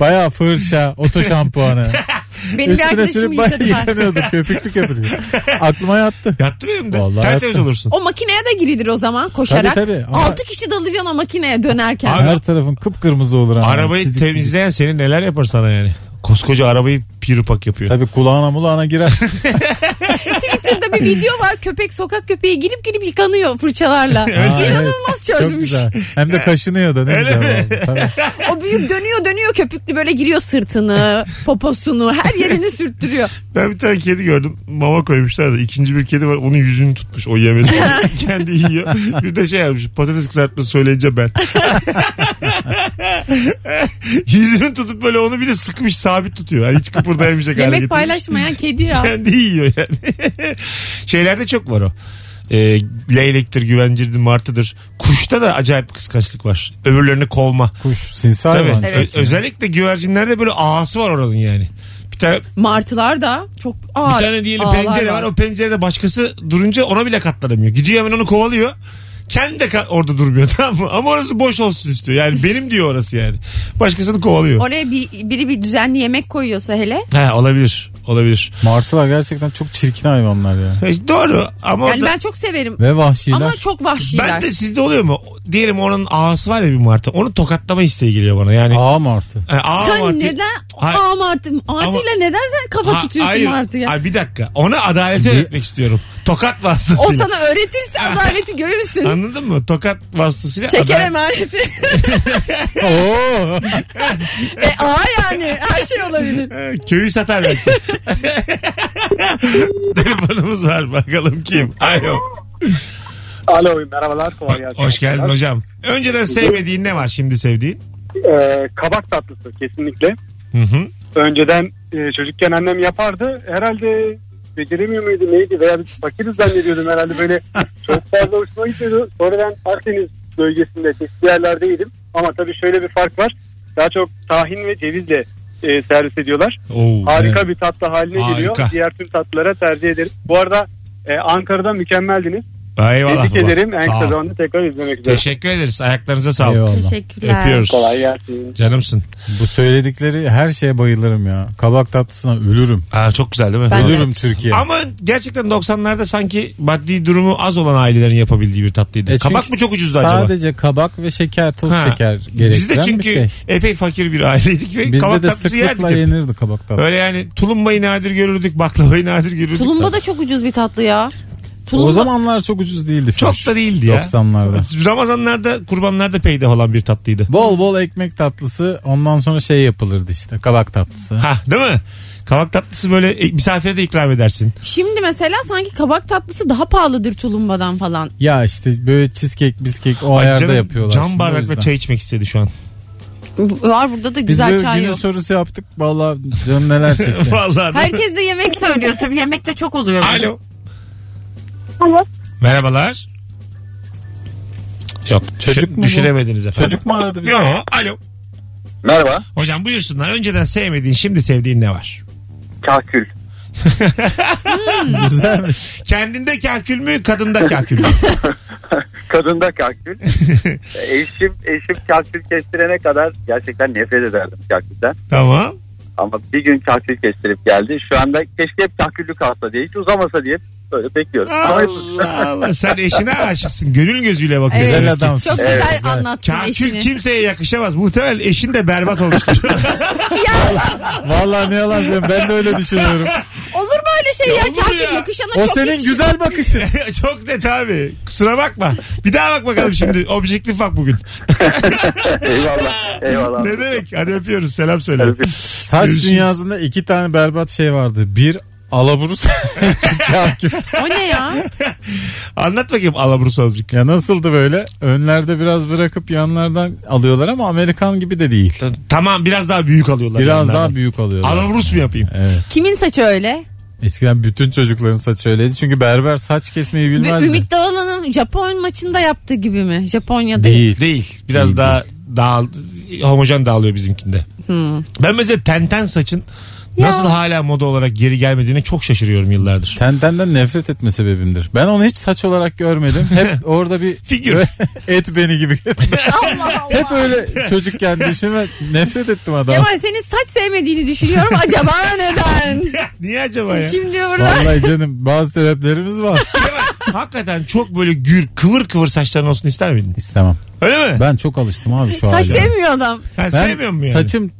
Bayağı fırça, oto şampuanı.
Benim bir arkadaşım
sürüp
*laughs*
bayağı
yıkadı ben.
yıkanıyordu. Köpüklük yapılıyor.
*laughs*
Aklıma yattı.
*laughs* Yattı benim de.
Vallahi
Tertemiz
yattı.
olursun.
O makineye de girilir o zaman koşarak.
Tabii, tabii. Ama-
Altı kişi dalacaksın o makineye dönerken.
Abi-
Her tarafın kıpkırmızı olur. ama.
Arabayı
Çizik çizik.
temizleyen seni neler yapar sana yani. Koskoca arabayı pirupak yapıyor.
Tabii kulağına
*laughs*
mulağına girer.
Twitter'da bir video var köpek sokak köpeği girip girip
*laughs*
yıkanıyor fırçalarla.
Aa,
İnanılmaz
evet. Çok
çözmüş.
güzel. Hem de kaşınıyor da ne
Öyle
güzel.
mi?
oldu. Tabii.
*laughs*
O büyük dönüyor dönüyor köpüklü böyle giriyor sırtını, poposunu, her
*laughs*
yerini sürttürüyor.
Ben bir tane kedi gördüm. Mama koymuşlar da ikinci bir kedi var. Onun yüzünü tutmuş o yemesi.
*laughs*
*laughs* Kendi yiyor. Bir de şey yapmış. Patates kızartması söyleyince
*laughs*
ben. *laughs* yüzünü tutup böyle onu bir de sıkmış sabit tutuyor. Yani hiç kıpırdayamayacak hale
Yemek
getirmiş.
paylaşmayan kedi ya.
Kendi *laughs* yiyor yani. *laughs* Şeylerde çok var o. E, leylektir, güvencirdir, martıdır. Kuşta da acayip kıskançlık var. Öbürlerini kovma.
Kuş sinsi
Tabii.
hayvan.
Ö- Özellikle güvercinlerde böyle ağası var oranın yani. Bir tane,
Martılar da çok ağır.
bir tane diyelim
ağlar
pencere var. O pencerede başkası durunca ona bile katlanamıyor. Gidiyor hemen onu kovalıyor. Kendi de ka- orada durmuyor *laughs* tamam mı? Ama orası boş olsun istiyor. Yani benim diyor orası yani. Başkasını kovalıyor.
*laughs* Oraya bir, biri bir düzenli yemek koyuyorsa hele.
He olabilir. Olabilir.
Martılar gerçekten çok çirkin hayvanlar ya.
E, doğru ama
Yani
orada-
ben çok severim.
Ve vahşiler.
Ama çok vahşiler.
ben de sizde oluyor mu? Diyelim onun ağası var ya bir martı. Onu tokatlama isteği geliyor bana. Yani e,
Ağa martı.
Yani ağa
sen
martı-
neden
Hayır.
aa Martı Martı'yla neden sen kafa
Ha-
tutuyorsun
hayır.
Martı'ya?
Ay, bir dakika. Ona adaleti öğretmek istiyorum. Tokat
O
vasıtasıyla.
sana öğretirse adaleti görürsün.
Anladın mı? Tokat vasıtasıyla
Çeker
adalet-
emaneti.
*laughs*
Oo.
e, ağır yani her şey olabilir.
Ee, Köyü satar belki. *laughs* Telefonumuz var bakalım kim? Alo.
Alo merhabalar kolay gelsin.
Hoş geldin hocam. Önceden sevmediğin ne var şimdi sevdiğin?
Ee, kabak tatlısı kesinlikle.
Hı hı.
Önceden e, çocukken annem yapardı. Herhalde beceremiyor muydu neydi veya bir fakiriz zannediyordum
*laughs*
herhalde böyle çok fazla hoşuma gidiyordu. Sonradan Akdeniz bölgesinde çeşitli yerlerde yedim. Ama tabii şöyle bir fark var. Daha çok tahin ve cevizle e, servis ediyorlar.
Oo,
Harika bir tatlı haline
Harika.
geliyor. Diğer tüm tatlılara tercih ederim. Bu arada e, Ankara'da mükemmeldiniz.
Eyvallah.
Tebrik
baba.
ederim. En
Sağ ol.
kısa zamanda tekrar izlemek üzere.
Teşekkür ederiz. Ayaklarınıza sağlık.
Eyvallah.
Teşekkürler.
Öpüyoruz.
Kolay gelsin.
Canımsın.
Bu söyledikleri her şeye bayılırım ya. Kabak tatlısına ölürüm.
Aa, çok güzel değil mi?
Ben-
Ölürüm Türkiye.
Ama gerçekten 90'larda sanki maddi durumu az olan ailelerin yapabildiği bir tatlıydı.
E
Kabak
çünkü
mı çok ucuzdu acaba?
Sadece kabak ve şeker, toz
Ha.
şeker
Biz de
gerektiren
çünkü
bir şey.
epey fakir bir aileydik ve
Bizde
kabak
de
tatlısı yerdik.
sıklıkla
hep.
yenirdi kabak tatlısı.
Öyle yani tulumbayı nadir görürdük, baklavayı nadir görürdük.
Tulumba da çok ucuz bir tatlı ya. Tulumba
O zamanlar çok ucuz değildi.
Çok
fiş.
da değildi ya.
90'larda.
Ramazanlarda, kurbanlarda peydah olan bir tatlıydı.
Bol bol ekmek tatlısı ondan sonra şey yapılırdı işte kabak tatlısı.
Ha, değil mi? Kabak tatlısı böyle e, misafire de ikram edersin.
Şimdi mesela sanki kabak tatlısı daha pahalıdır tulumbadan falan.
Ya işte böyle cheesecake biskek o
Ay
ayarda
canım,
yapıyorlar.
Cam
şimdi o yüzden.
bardakla çay içmek istedi şu an.
Var burada da
Biz
güzel
böyle
çay
günün
yok.
sorusu yaptık valla canım
*laughs*
neler çekti.
Vallahi.
Herkes de
*laughs*
yemek söylüyor tabii yemekte çok oluyor.
Alo.
Alo.
Merhabalar. Yok.
Çocuk
düşü-
mu bu?
Düşüremediniz efendim.
Çocuk mu aradı bizi?
Yo, alo.
Merhaba.
Hocam buyursunlar. Önceden sevmediğin, şimdi sevdiğin ne var?
Kahkül. *laughs*
Güzelmiş.
Kendinde kahkül mü, kadında kahkül mü? *laughs*
Kadında kahkül. eşim eşim kahkül kestirene kadar gerçekten nefret ederdim kahkülden.
tamam.
Ama bir gün kahkül kestirip geldi. Şu anda keşke hep kahküllü kalsa diye hiç uzamasa diye böyle bekliyorum. Ama hep-
Allah Allah. Sen eşine aşıksın. Gönül gözüyle bakıyorsun.
Güzel
Evet.
adamsın.
Çok güzel
Evet,
anlattın
Kakül
eşini.
kimseye yakışamaz. Muhtemelen eşin de berbat olmuştur.
Valla ne yalan söyleyeyim ben de
*laughs*
öyle düşünüyorum.
Olur mu öyle şey
Ya
ya?
olur
Kakül
ya.
yakışana
O
çok
senin
yakışır.
güzel bakışın.
*laughs* Çok net abi. Kusura bakma. Bir daha bak bakalım şimdi. Objektif bak bugün.
*laughs* eyvallah. Eyvallah.
ne demek? Hadi öpüyoruz. Selam söyle.
Saç
Görüşürüz.
dünyasında iki tane berbat şey vardı. Bir *laughs* alaburus. kahkül.
O ne ya?
Anlat bakayım alaburus azıcık.
ya nasıldı böyle? Önlerde biraz bırakıp yanlardan alıyorlar ama Amerikan gibi de değil.
Tamam biraz daha büyük alıyorlar.
Biraz
yanlardan.
daha büyük alıyorlar.
Alaburus mu yapayım?
Evet.
Kimin saçı öyle?
Eskiden bütün çocukların saçı öyleydi. Çünkü berber saç kesmeyi bilmezdi.
Ümit Dağlan'ın Japon maçında yaptığı gibi mi? Japonya'da.
Değil.
Değil. Biraz
Değil,
daha daha homojen dağılıyor bizimkinde. Ben mesela tenten saçın
Ya.
nasıl hala moda olarak geri gelmediğine çok şaşırıyorum
*laughs*
yıllardır.
Tentenden nefret etme sebebimdir. Ben onu hiç saç olarak görmedim.
*laughs*
Hep orada bir
Figür.
*laughs* et
*laughs*
beni gibi.
*laughs* Allah Allah.
Hep öyle çocukken düşünme nefret ettim adam.
Kemal senin saç sevmediğini
*laughs*
düşünüyorum. Acaba neden?
Niye acaba ya?
Şimdi burada
Vallahi canım bazı sebeplerimiz var.
Hakikaten çok böyle gür kıvır kıvır saçların olsun ister miydin?
İstemem.
Öyle mi?
Ben çok alıştım abi şu
saç
hale.
sevmiyor adam.
Ben,
Ben
sevmiyor mu yani?
Saçım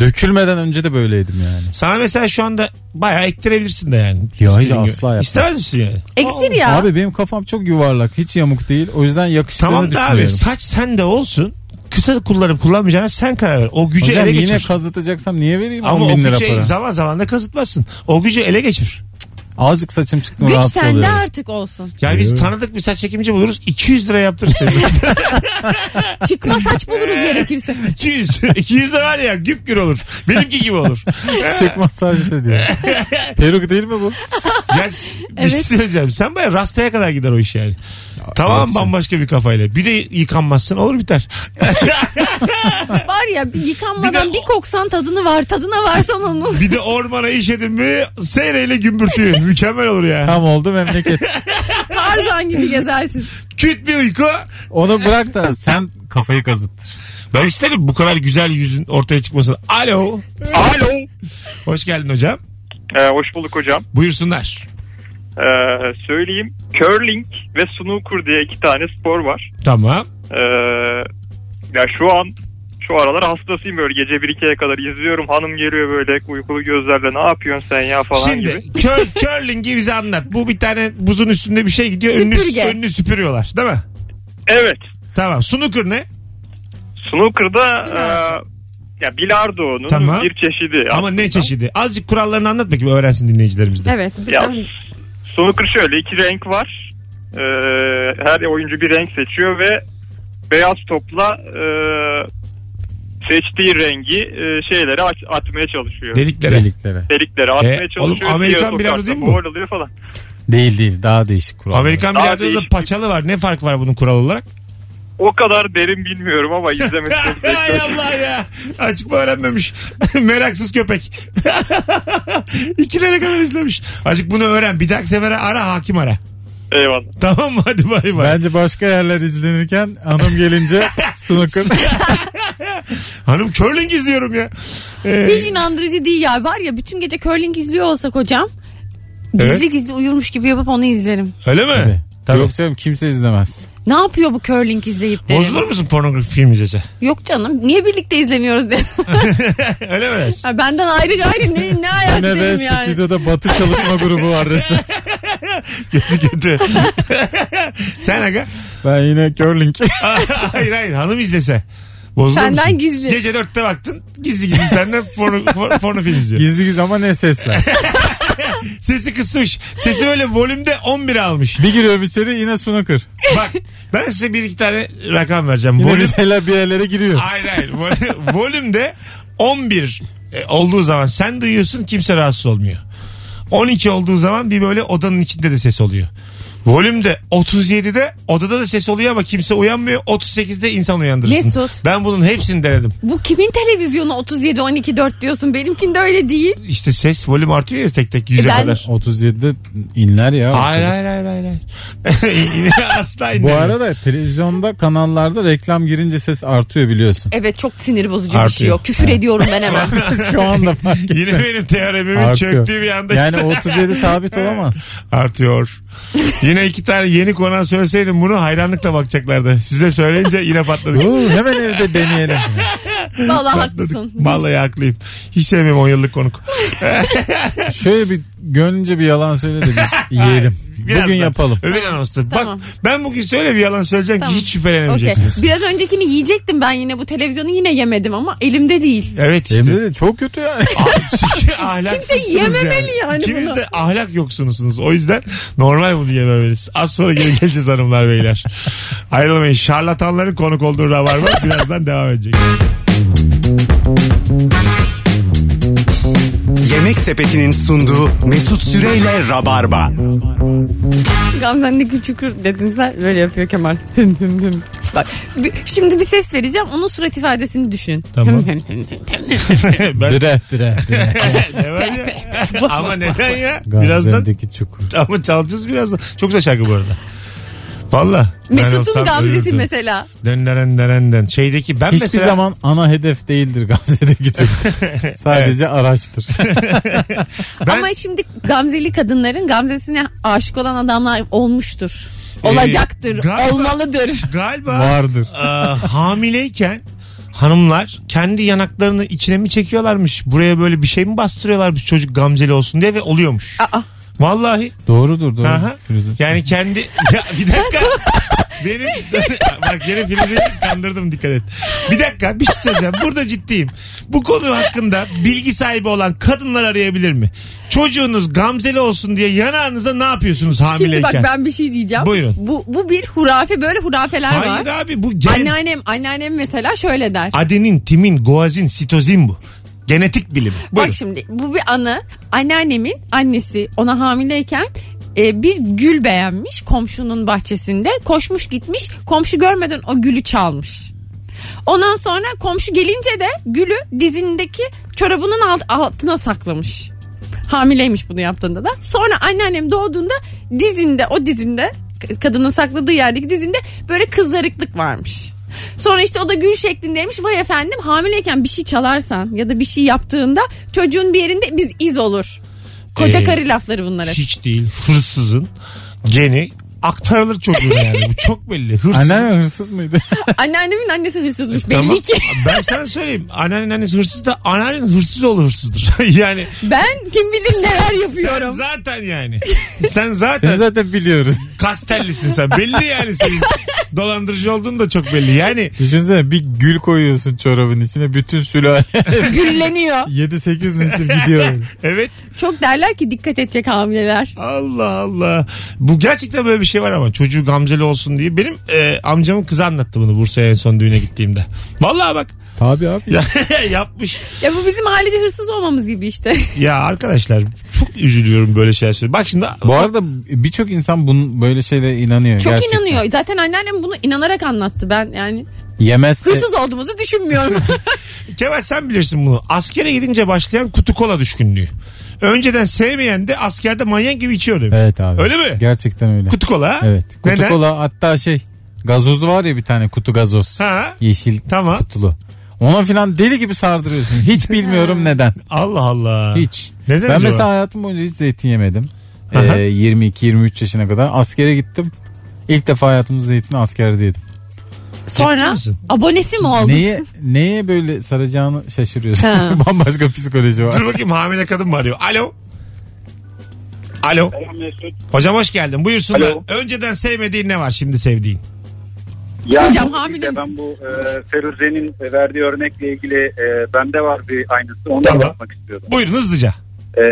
dökülmeden önce de böyleydim yani.
Sana mesela şu anda bayağı ektirebilirsin de yani.
Ya hiç
İstediğin gibi.
asla yapmam.
İstemez misin yani?
Eksir ya.
Abi benim kafam çok yuvarlak. Hiç yamuk değil. O yüzden yakıştığını
Tamam da abi
düşünüyorum.
saç sende olsun. Kısa kullanıp kullanmayacağına sen karar ver. O gücü
Hocam
şey ele
yine
geçir.
kazıtacaksam niye vereyim
Ama
10
o
bin lira para?
gücü zaman zaman da kazıtmazsın. O gücü ele geçir.
Azıcık saçım çıktı mı
Güç
rahatsız
sende
oluyorum.
artık olsun.
Yani biz
Evet.
tanıdık bir saç çekimci buluruz. 200 lira
*laughs*
yaptırırız.
Çıkma saç buluruz gerekirse.
200. 200 de var ya güp gür olur. Benimki gibi olur.
*laughs* Çek masaj
*laughs*
da diyor. Peruk değil mi bu?
Ya, bir şey
Evet.
söyleyeceğim. Sen baya rastaya kadar gider o iş yani. Tamam
evet.
bambaşka bir kafayla. Bir de yıkanmazsın olur biter.
Var ya bir
Bir
yıkanmadan
de-
bir koksan tadını var. Tadına varsan onun.
bir de ormana iş edin mi seyreyle gümbürtüyor. Mükemmel olur yani.
Tam oldu memleket.
Tarzan gibi gezersin.
Küt bir uyku.
Onu bırak da sen kafayı kazıttır.
Ben isterim bu kadar güzel yüzün ortaya çıkmasını. Alo.
Alo.
Hoş geldin hocam.
Ee, hoş bulduk hocam.
Buyursunlar.
Ee, söyleyeyim. Curling ve snooker diye iki tane spor var.
Tamam.
Ee, ya şu an şu aralar hastasıyım böyle gece 1-2'ye kadar izliyorum. Hanım geliyor böyle uykulu gözlerle ne yapıyorsun sen ya falan gibi.
Şimdi kör, curling'i bize anlat. Bu bir tane buzun üstünde bir şey gidiyor. Önünü,
Süpürge.
önünü süpürüyorlar değil mi?
Evet.
Tamam. Snooker ne?
Snooker'da e, ya bilardo'nun
Tamam.
bir çeşidi.
Ama ne çeşidi? Azıcık kurallarını anlat bakayım öğrensin dinleyicilerimiz de.
Evet.
Ya, snooker şöyle iki renk var. Ee, her oyuncu bir renk seçiyor ve beyaz topla e, seçtiği rengi e, şeylere at- atmaya çalışıyor.
Deliklere.
Deliklere.
Deliklere atmaya
E, oğlum
çalışıyor.
Amerikan
Diğer
bilardo
sokakta
değil mi bu?
boğul oluyor falan.
Değil değil daha değişik kurallar.
Amerikan
Daha
bilardoda
değişik.
paçalı var. Ne fark var bunun kural olarak?
O kadar derin bilmiyorum ama izlemesi çok zevkli.
Hay Allah ya. Açık mı öğrenmemiş? *laughs* Meraksız köpek. *laughs* İkilere kadar izlemiş. Azıcık bunu öğren. Bir dahaki sefere ara hakim ara.
Eyvallah.
Tamam mı? Hadi bay bay.
Bence başka yerler izlenirken
*laughs*
hanım gelince sunukun.
Hanım curling izliyorum ya. Ee,
Hiç inandırıcı değil ya. Var ya bütün gece curling izliyor olsak hocam. Gizli
Evet.
gizli uyurmuş gibi yapıp onu izlerim.
öyle mi? Tabii.
Yok canım kimse izlemez.
Ne yapıyor bu curling izleyip derim.
Bozulur musun pornografi film izlese?
Yok canım niye birlikte izlemiyoruz derim.
*laughs* Öyle mi? dersin?
*laughs* Ha, Benden ayrı gayrı ne, ne ayak
Ne be
derim yani.
stüdyoda batı çalışma grubu var
*laughs*
resmen.
kötü *laughs* kötü. Sen aga? *laughs*
Ben yine curling.
hayır hayır hanım izlese. Bozulur
Senden
musun?
gizli.
Gece dörtte baktın gizli gizli senden *laughs* porno, por- porno film izliyor.
Gizli gizli ama ne sesler.
Sesi kısmış. Sesi böyle volümde 11 almış.
Bir giriyorum içeri yine sunukır.
Bak ben size bir iki tane rakam vereceğim.
Yine
Volüm,
bir şeyler bir yerlere giriyor.
*laughs* hayır hayır. Vol- Volümde 11 e, olduğu zaman sen duyuyorsun kimse rahatsız olmuyor. 12 olduğu zaman bir böyle odanın içinde de ses oluyor. Volümde 37'de odada da ses oluyor ama kimse uyanmıyor. 38'de insan uyandırırsın.
Mesut.
Ben bunun hepsini denedim.
Bu kimin televizyonu 37 12 4 diyorsun? Benimkinde öyle değil.
İşte ses volüm artıyor ya tek tek 100'e
E ben-
kadar.
37'de inler ya.
Hayır hayır hayır hayır. hayır. *laughs* Asla
Bu
inmiyor.
arada televizyonda kanallarda reklam girince ses
*laughs*
artıyor biliyorsun.
Evet çok sinir bozucu bir şey
Artıyor.
yok. Küfür ediyorum
*laughs*
ben hemen.
Şu anda fark ettim.
Yine benim teoremimin *laughs*
Artıyor.
çöktüğü bir anda *laughs*
Yani 37 sabit olamaz.
artıyor. Yine iki tane yeni konağı söyleseydim bunu hayranlıkla bakacaklardı. Size söyleyince yine patladık.
Oo, hemen evde deneyelim.
Vallahi haklısın.
Vallahi haklıyım. Hiç sevmem 10 yıllık konuk.
Şöyle bir gönlünce bir yalan söyle de
*laughs*
biz yiyelim. Bugün
Birazdan.
yapalım.
Öbür anonsta.
Tamam.
Bak ben bugün söyle bir yalan söyleyeceğim ki
Tamam.
hiç
Okey.
şüphelenemeyeceksiniz.
Biraz öncekini yiyecektim ben yine bu televizyonu yine yemedim ama elimde değil.
Evet işte.
Hem de çok kötü yani.
*laughs* Ahlaksızsınız
Kimse yememeli yani
İkiniz
bunu.
de ahlak yoksunuzsunuz. O yüzden normal bunu yememeliyiz. Az sonra geri geleceğiz hanımlar beyler. Ayrılmayın. Şarlatanların konuk olduğu rabarba birazdan devam edecek.
Yemek Sepeti'nin sunduğu Mesut Süreyle Rabarba.
Gamzen de küçük dedin sen böyle yapıyor Kemal. Hüm hüm hüm. Bak bir- şimdi bir ses vereceğim onun surat ifadesini düşün.
Tamam.
Hüm hüm hüm hüm.
ben
Bire bire bire.
ne var ya? Ama neden ya? *laughs* Birazdan
Gamze'ndeki çukur.
*laughs* ama çalacağız birazdan. Çok güzel şarkı bu arada. Valla. Ben
Mesut'un
olsam
gamzesi
ölürdüm.
mesela.
Dön deren deren den. Şeydeki ben
Hiçbir
mesela
zaman ana hedef değildir
*laughs*
Gamze'deki çukur. Sadece araçtır.
Ben-
Ama şimdi gamzeli kadınların gamzesine aşık olan adamlar olmuştur. Olacaktır,
Ee, galiba-
olmalıdır.
galiba
Vardır.
Ee, hamileyken hanımlar kendi yanaklarını içine mi çekiyorlarmış? Buraya böyle bir şey mi bastırıyorlarmış çocuk gamzeli olsun diye ve oluyormuş.
Aa.
Vallahi.
Doğrudur doğru.
Aha.
Firuze.
Yani kendi *laughs* Ya bir dakika.
*laughs*
Benim *laughs* bak yine Firuze'yi kandırdım dikkat et. Bir dakika bir şey söyleyeceğim. Burada ciddiyim. Bu konu hakkında bilgi sahibi olan kadınlar arayabilir mi? Çocuğunuz gamzeli olsun diye yanağınıza ne yapıyorsunuz
Şimdi
hamileyken?
bak ben bir şey diyeceğim.
Buyurun.
Bu, bu bir hurafe böyle hurafeler var.
Hayır abi bu gen-
Anneannem, anneannem mesela şöyle der.
adenin, timin, goazin, sitozin bu. Genetik bilimi. Buyurun.
Bak şimdi bu bir anı. Anneannemin annesi ona hamileyken e, bir gül beğenmiş komşunun bahçesinde. Koşmuş gitmiş komşu görmeden o gülü çalmış. Ondan sonra komşu gelince de gülü dizindeki çorabının alt, altına saklamış. Hamileymiş bunu yaptığında da. Sonra anneannem doğduğunda dizinde o dizinde kadının sakladığı yerdeki dizinde böyle kızarıklık varmış. Sonra işte o da gül şeklindeymiş. Vay efendim hamileyken bir şey çalarsan ya da bir şey yaptığında çocuğun bir yerinde biz iz olur. Koca
Ee,
karı lafları bunlar hep.
Hiç değil. Hırsızın geni aktarılır çocuğuna yani. Bu çok belli. Hırsız.
Anneanne hırsız mıydı?
Anneannemin annesi hırsızmış
Tamam.
belli ki. *laughs*
*laughs* Ben sana söyleyeyim. Anneannenin annesi hırsız da anneannenin hırsız oğlu hırsızdır. *laughs* yani
Ben kim bilir neler
sen *laughs*
yapıyorum.
zaten
*laughs*
yani. Sen zaten
Seni zaten biliyoruz.
kastellisin sen. Belli yani
*laughs*
senin dolandırıcı olduğun da çok belli. Yani
*laughs* Düşünsene bir gül koyuyorsun çorabın içine bütün sülale *laughs*
Gülleniyor.
7-8 nesil gidiyor.
evet
Çok derler ki dikkat edecek hamileler.
Allah Allah. Bu gerçekten böyle bir şey var ama çocuğu gamzeli olsun diye. Benim e, amcamın kızı anlattı bunu Bursa'ya en son düğüne gittiğimde. Vallahi bak *laughs*
Tabii abi.
ya, yapmış.
Ya bu bizim ailece hırsız olmamız gibi işte. *laughs*
Ya arkadaşlar çok üzülüyorum böyle şeyler söylüyorum. Bak şimdi
Bu arada birçok insan bunun böyle şeylere inanıyor.
Çok
gerçekten.
inanıyor. Zaten anneannem bunu inanarak anlattı ben yani.
Yemezse
Hırsız olduğumuzu düşünmüyorum.
Kemal sen bilirsin bunu. Askere gidince başlayan kutu kola düşkünlüğü. Önceden sevmeyen de askerde manyak gibi içiyor demiş.
Evet abi.
Öyle mi?
Gerçekten öyle.
Kutu kola ha?
Evet. Kutu
Neden?
kola hatta şey gazoz var ya bir tane kutu gazoz.
Ha?
Yeşil
Tamam.
kutulu. Ona filan deli gibi sardırıyorsun. *laughs* Hiç bilmiyorum neden.
Allah Allah.
Hiç.
Neden
ben
acaba?
mesela hayatım boyunca hiç zeytin yemedim. Ee,
Aha.
22-23 yaşına kadar askere gittim. İlk defa hayatımda zeytini askerde yedim.
Ciddi
*laughs* Sonra
misin?
abonesi mi oldun?
Neye neye böyle saracağını
Ha.
şaşırıyorsun. *laughs* Bambaşka psikoloji var.
Dur bakayım hamile kadın mı arıyor? Alo. Alo. Hocam hoş geldin. Buyursunlar.
Alo.
Önceden sevmediğin ne var şimdi sevdiğin?
Ya
Hocam,
bu-
hamile misin?
Ben bu e, Feruze'nin verdiği örnekle ilgili e, bende var bir aynısı. Onu da
Tamam.
anlatmak istiyordum.
Buyurun hızlıca.
E,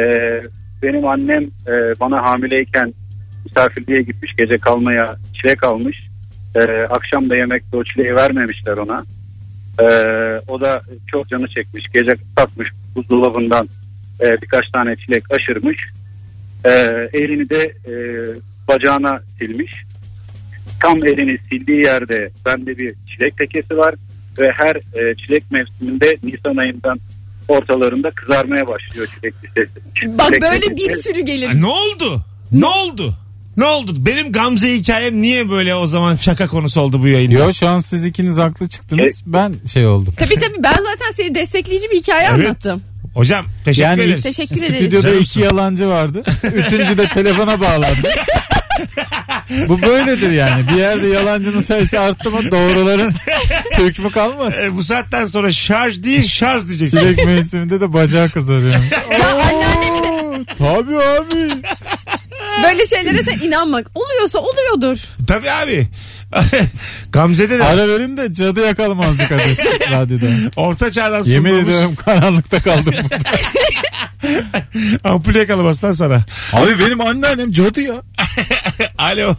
benim annem e, bana hamileyken misafirliğe gitmiş. Gece kalmaya çilek almış. E, akşam da yemekte o çileği vermemişler ona. E, o da çok canı çekmiş. Gece takmış buzdolabından e, birkaç tane çilek aşırmış. E, elini de e, bacağına silmiş tam elini sildiği yerde bende bir çilek tekesi var ve her e, çilek mevsiminde Nisan ayından ortalarında kızarmaya başlıyor çilek lisesi.
Bak böyle bir sürü gelir.
Ay, ne oldu? Ne oldu? Ne oldu? Benim Gamze hikayem niye böyle o zaman şaka konusu oldu bu yayında?
Yo şu an siz ikiniz haklı çıktınız. Ben şey oldum.
Tabii tabii ben zaten seni destekleyici bir hikaye
Evet.
anlattım.
Hocam teşekkür
Yani-
ederiz.
Teşekkür ederiz.
Stüdyoda
Canım
iki yalancı vardı. Üçüncü de telefona bağlandı. Bu böyledir yani. Bir yerde yalancının sayısı arttı mı doğruların *laughs* hükmü kalmaz.
E, bu saatten sonra şarj değil şarj diyeceksiniz.
Çilek mevsiminde de bacağı kızarıyor. Oo, Tabii abi.
Böyle şeylere
*laughs*
sen inanmak. Oluyorsa oluyordur.
Tabii abi. *laughs* Gamze'de de
Ara verin de cadı yakalamazdık hadi radyoda.
orta çağdan
Yemin
sunulmuş *laughs*
ediyorum karanlıkta kaldım. burada.
ampul yakalamasından sana.
abi benim anneannem cadı ya.
Alo.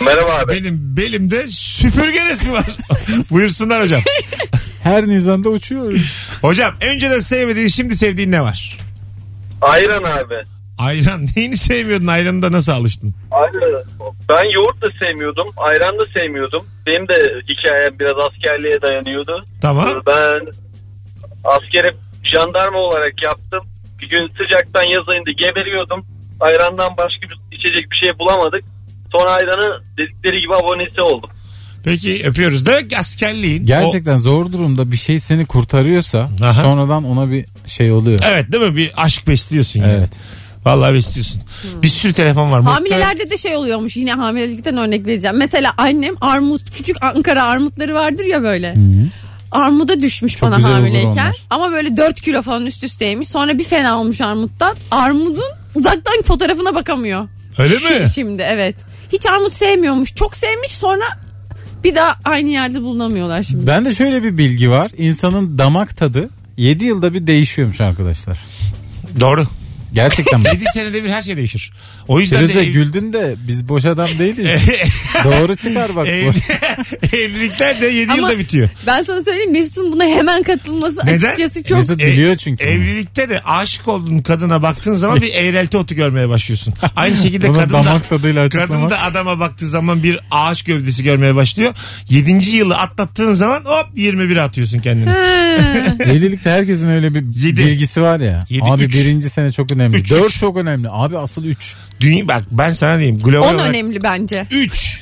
merhaba abi.
Benim belimde süpürge resmi var. *laughs* Buyursunlar hocam.
Her Nisan'da uçuyoruz.
Hocam önceden sevmediğin şimdi sevdiğin ne var?
Ayran abi.
Ayran. *laughs* Neyini sevmiyordun? Ayranı da nasıl alıştın?
Abi ben yoğurt da sevmiyordum, ayran da sevmiyordum. Benim de hikayem biraz askerliğe dayanıyordu.
Tamam.
Ben askere jandarma olarak yaptım. Bir gün sıcaktan yaz ayında geberiyordum. Ayrandan başka bir içecek bir şey bulamadık. Sonra ayranı dedikleri gibi abonesi oldum.
Peki öpüyoruz. Demek ki askerliğin. o-
Gerçekten zor durumda bir şey seni kurtarıyorsa
Aha.
sonradan ona bir şey oluyor.
Evet değil mi? Bir aşk besliyorsun yani.
Evet.
Vallahi besliyorsun. Bir sürü telefon var.
Hamilelerde de şey oluyormuş yine hamilelikten örnek vereceğim. Mesela annem armut küçük Ankara armutları vardır ya böyle. Armuda düşmüş bana
güzel olur
hamileyken.
onlar.
Ama böyle 4 kilo falan üst üsteymiş. Sonra bir fena olmuş armuttan. Armudun uzaktan fotoğrafına bakamıyor.
Öyle
Şu-
mi?
Şimdi evet. Hiç armut sevmiyormuş. Çok sevmiş sonra bir daha aynı yerde bulunamıyorlar şimdi.
Ben de şöyle bir bilgi var. İnsanın damak tadı 7 yılda bir değişiyormuş arkadaşlar.
Doğru.
Gerçekten *laughs* mi?
7 senede bir her şey değişir. O yüzden de
Firuze
ev-
güldün de biz boş adam *laughs* değiliz. Doğru çıkar bak bu.
Evli- *laughs* evlilikler de 7
Ama-
yılda bitiyor.
Ben sana söyleyeyim Mesut'un buna hemen katılması
Neden?
açıkçası çok
Mesut
Ev-
biliyor çünkü.
E, Evlilikte de aşık olduğun kadına baktığın zaman bir eğrelti otu görmeye
*laughs*
başlıyorsun. Aynı şekilde
Bunu
kadın da,
damak tadıyla
kadın
açıklamak.
da adama baktığı zaman bir ağaç gövdesi görmeye başlıyor. 7. yılı atlattığın zaman hop 21'e atıyorsun kendini.
Evlilikte herkesin öyle bir
Yedi.
bilgisi var ya.
Yedi,
abi
üç.
birinci sene çok önemli.
Üç,
4
üç.
çok önemli. Abi asıl 3.
Dünya, bak ben sana diyeyim. Global
10
olarak
önemli bence.
*laughs*
3.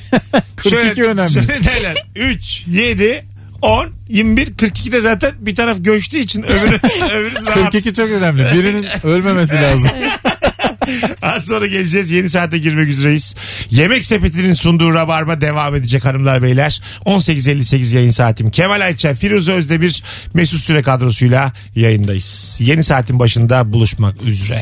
42 önemli.
Şöyle derler. 3, 7, 10, 21, 42 de zaten bir taraf göçtüğü için
*laughs*
öbürü, öbürü rahat.
42 çok önemli.
*laughs*
Birinin ölmemesi lazım.
Az sonra geleceğiz. Yeni saate girmek üzereyiz. Yemek sepetinin sunduğu Rabarba devam edecek hanımlar beyler. 18.58 yayın saatim. Kemal Ayça, Firuze Özdemir, Mesut Süre kadrosuyla yayındayız. Yeni saatin başında buluşmak üzere.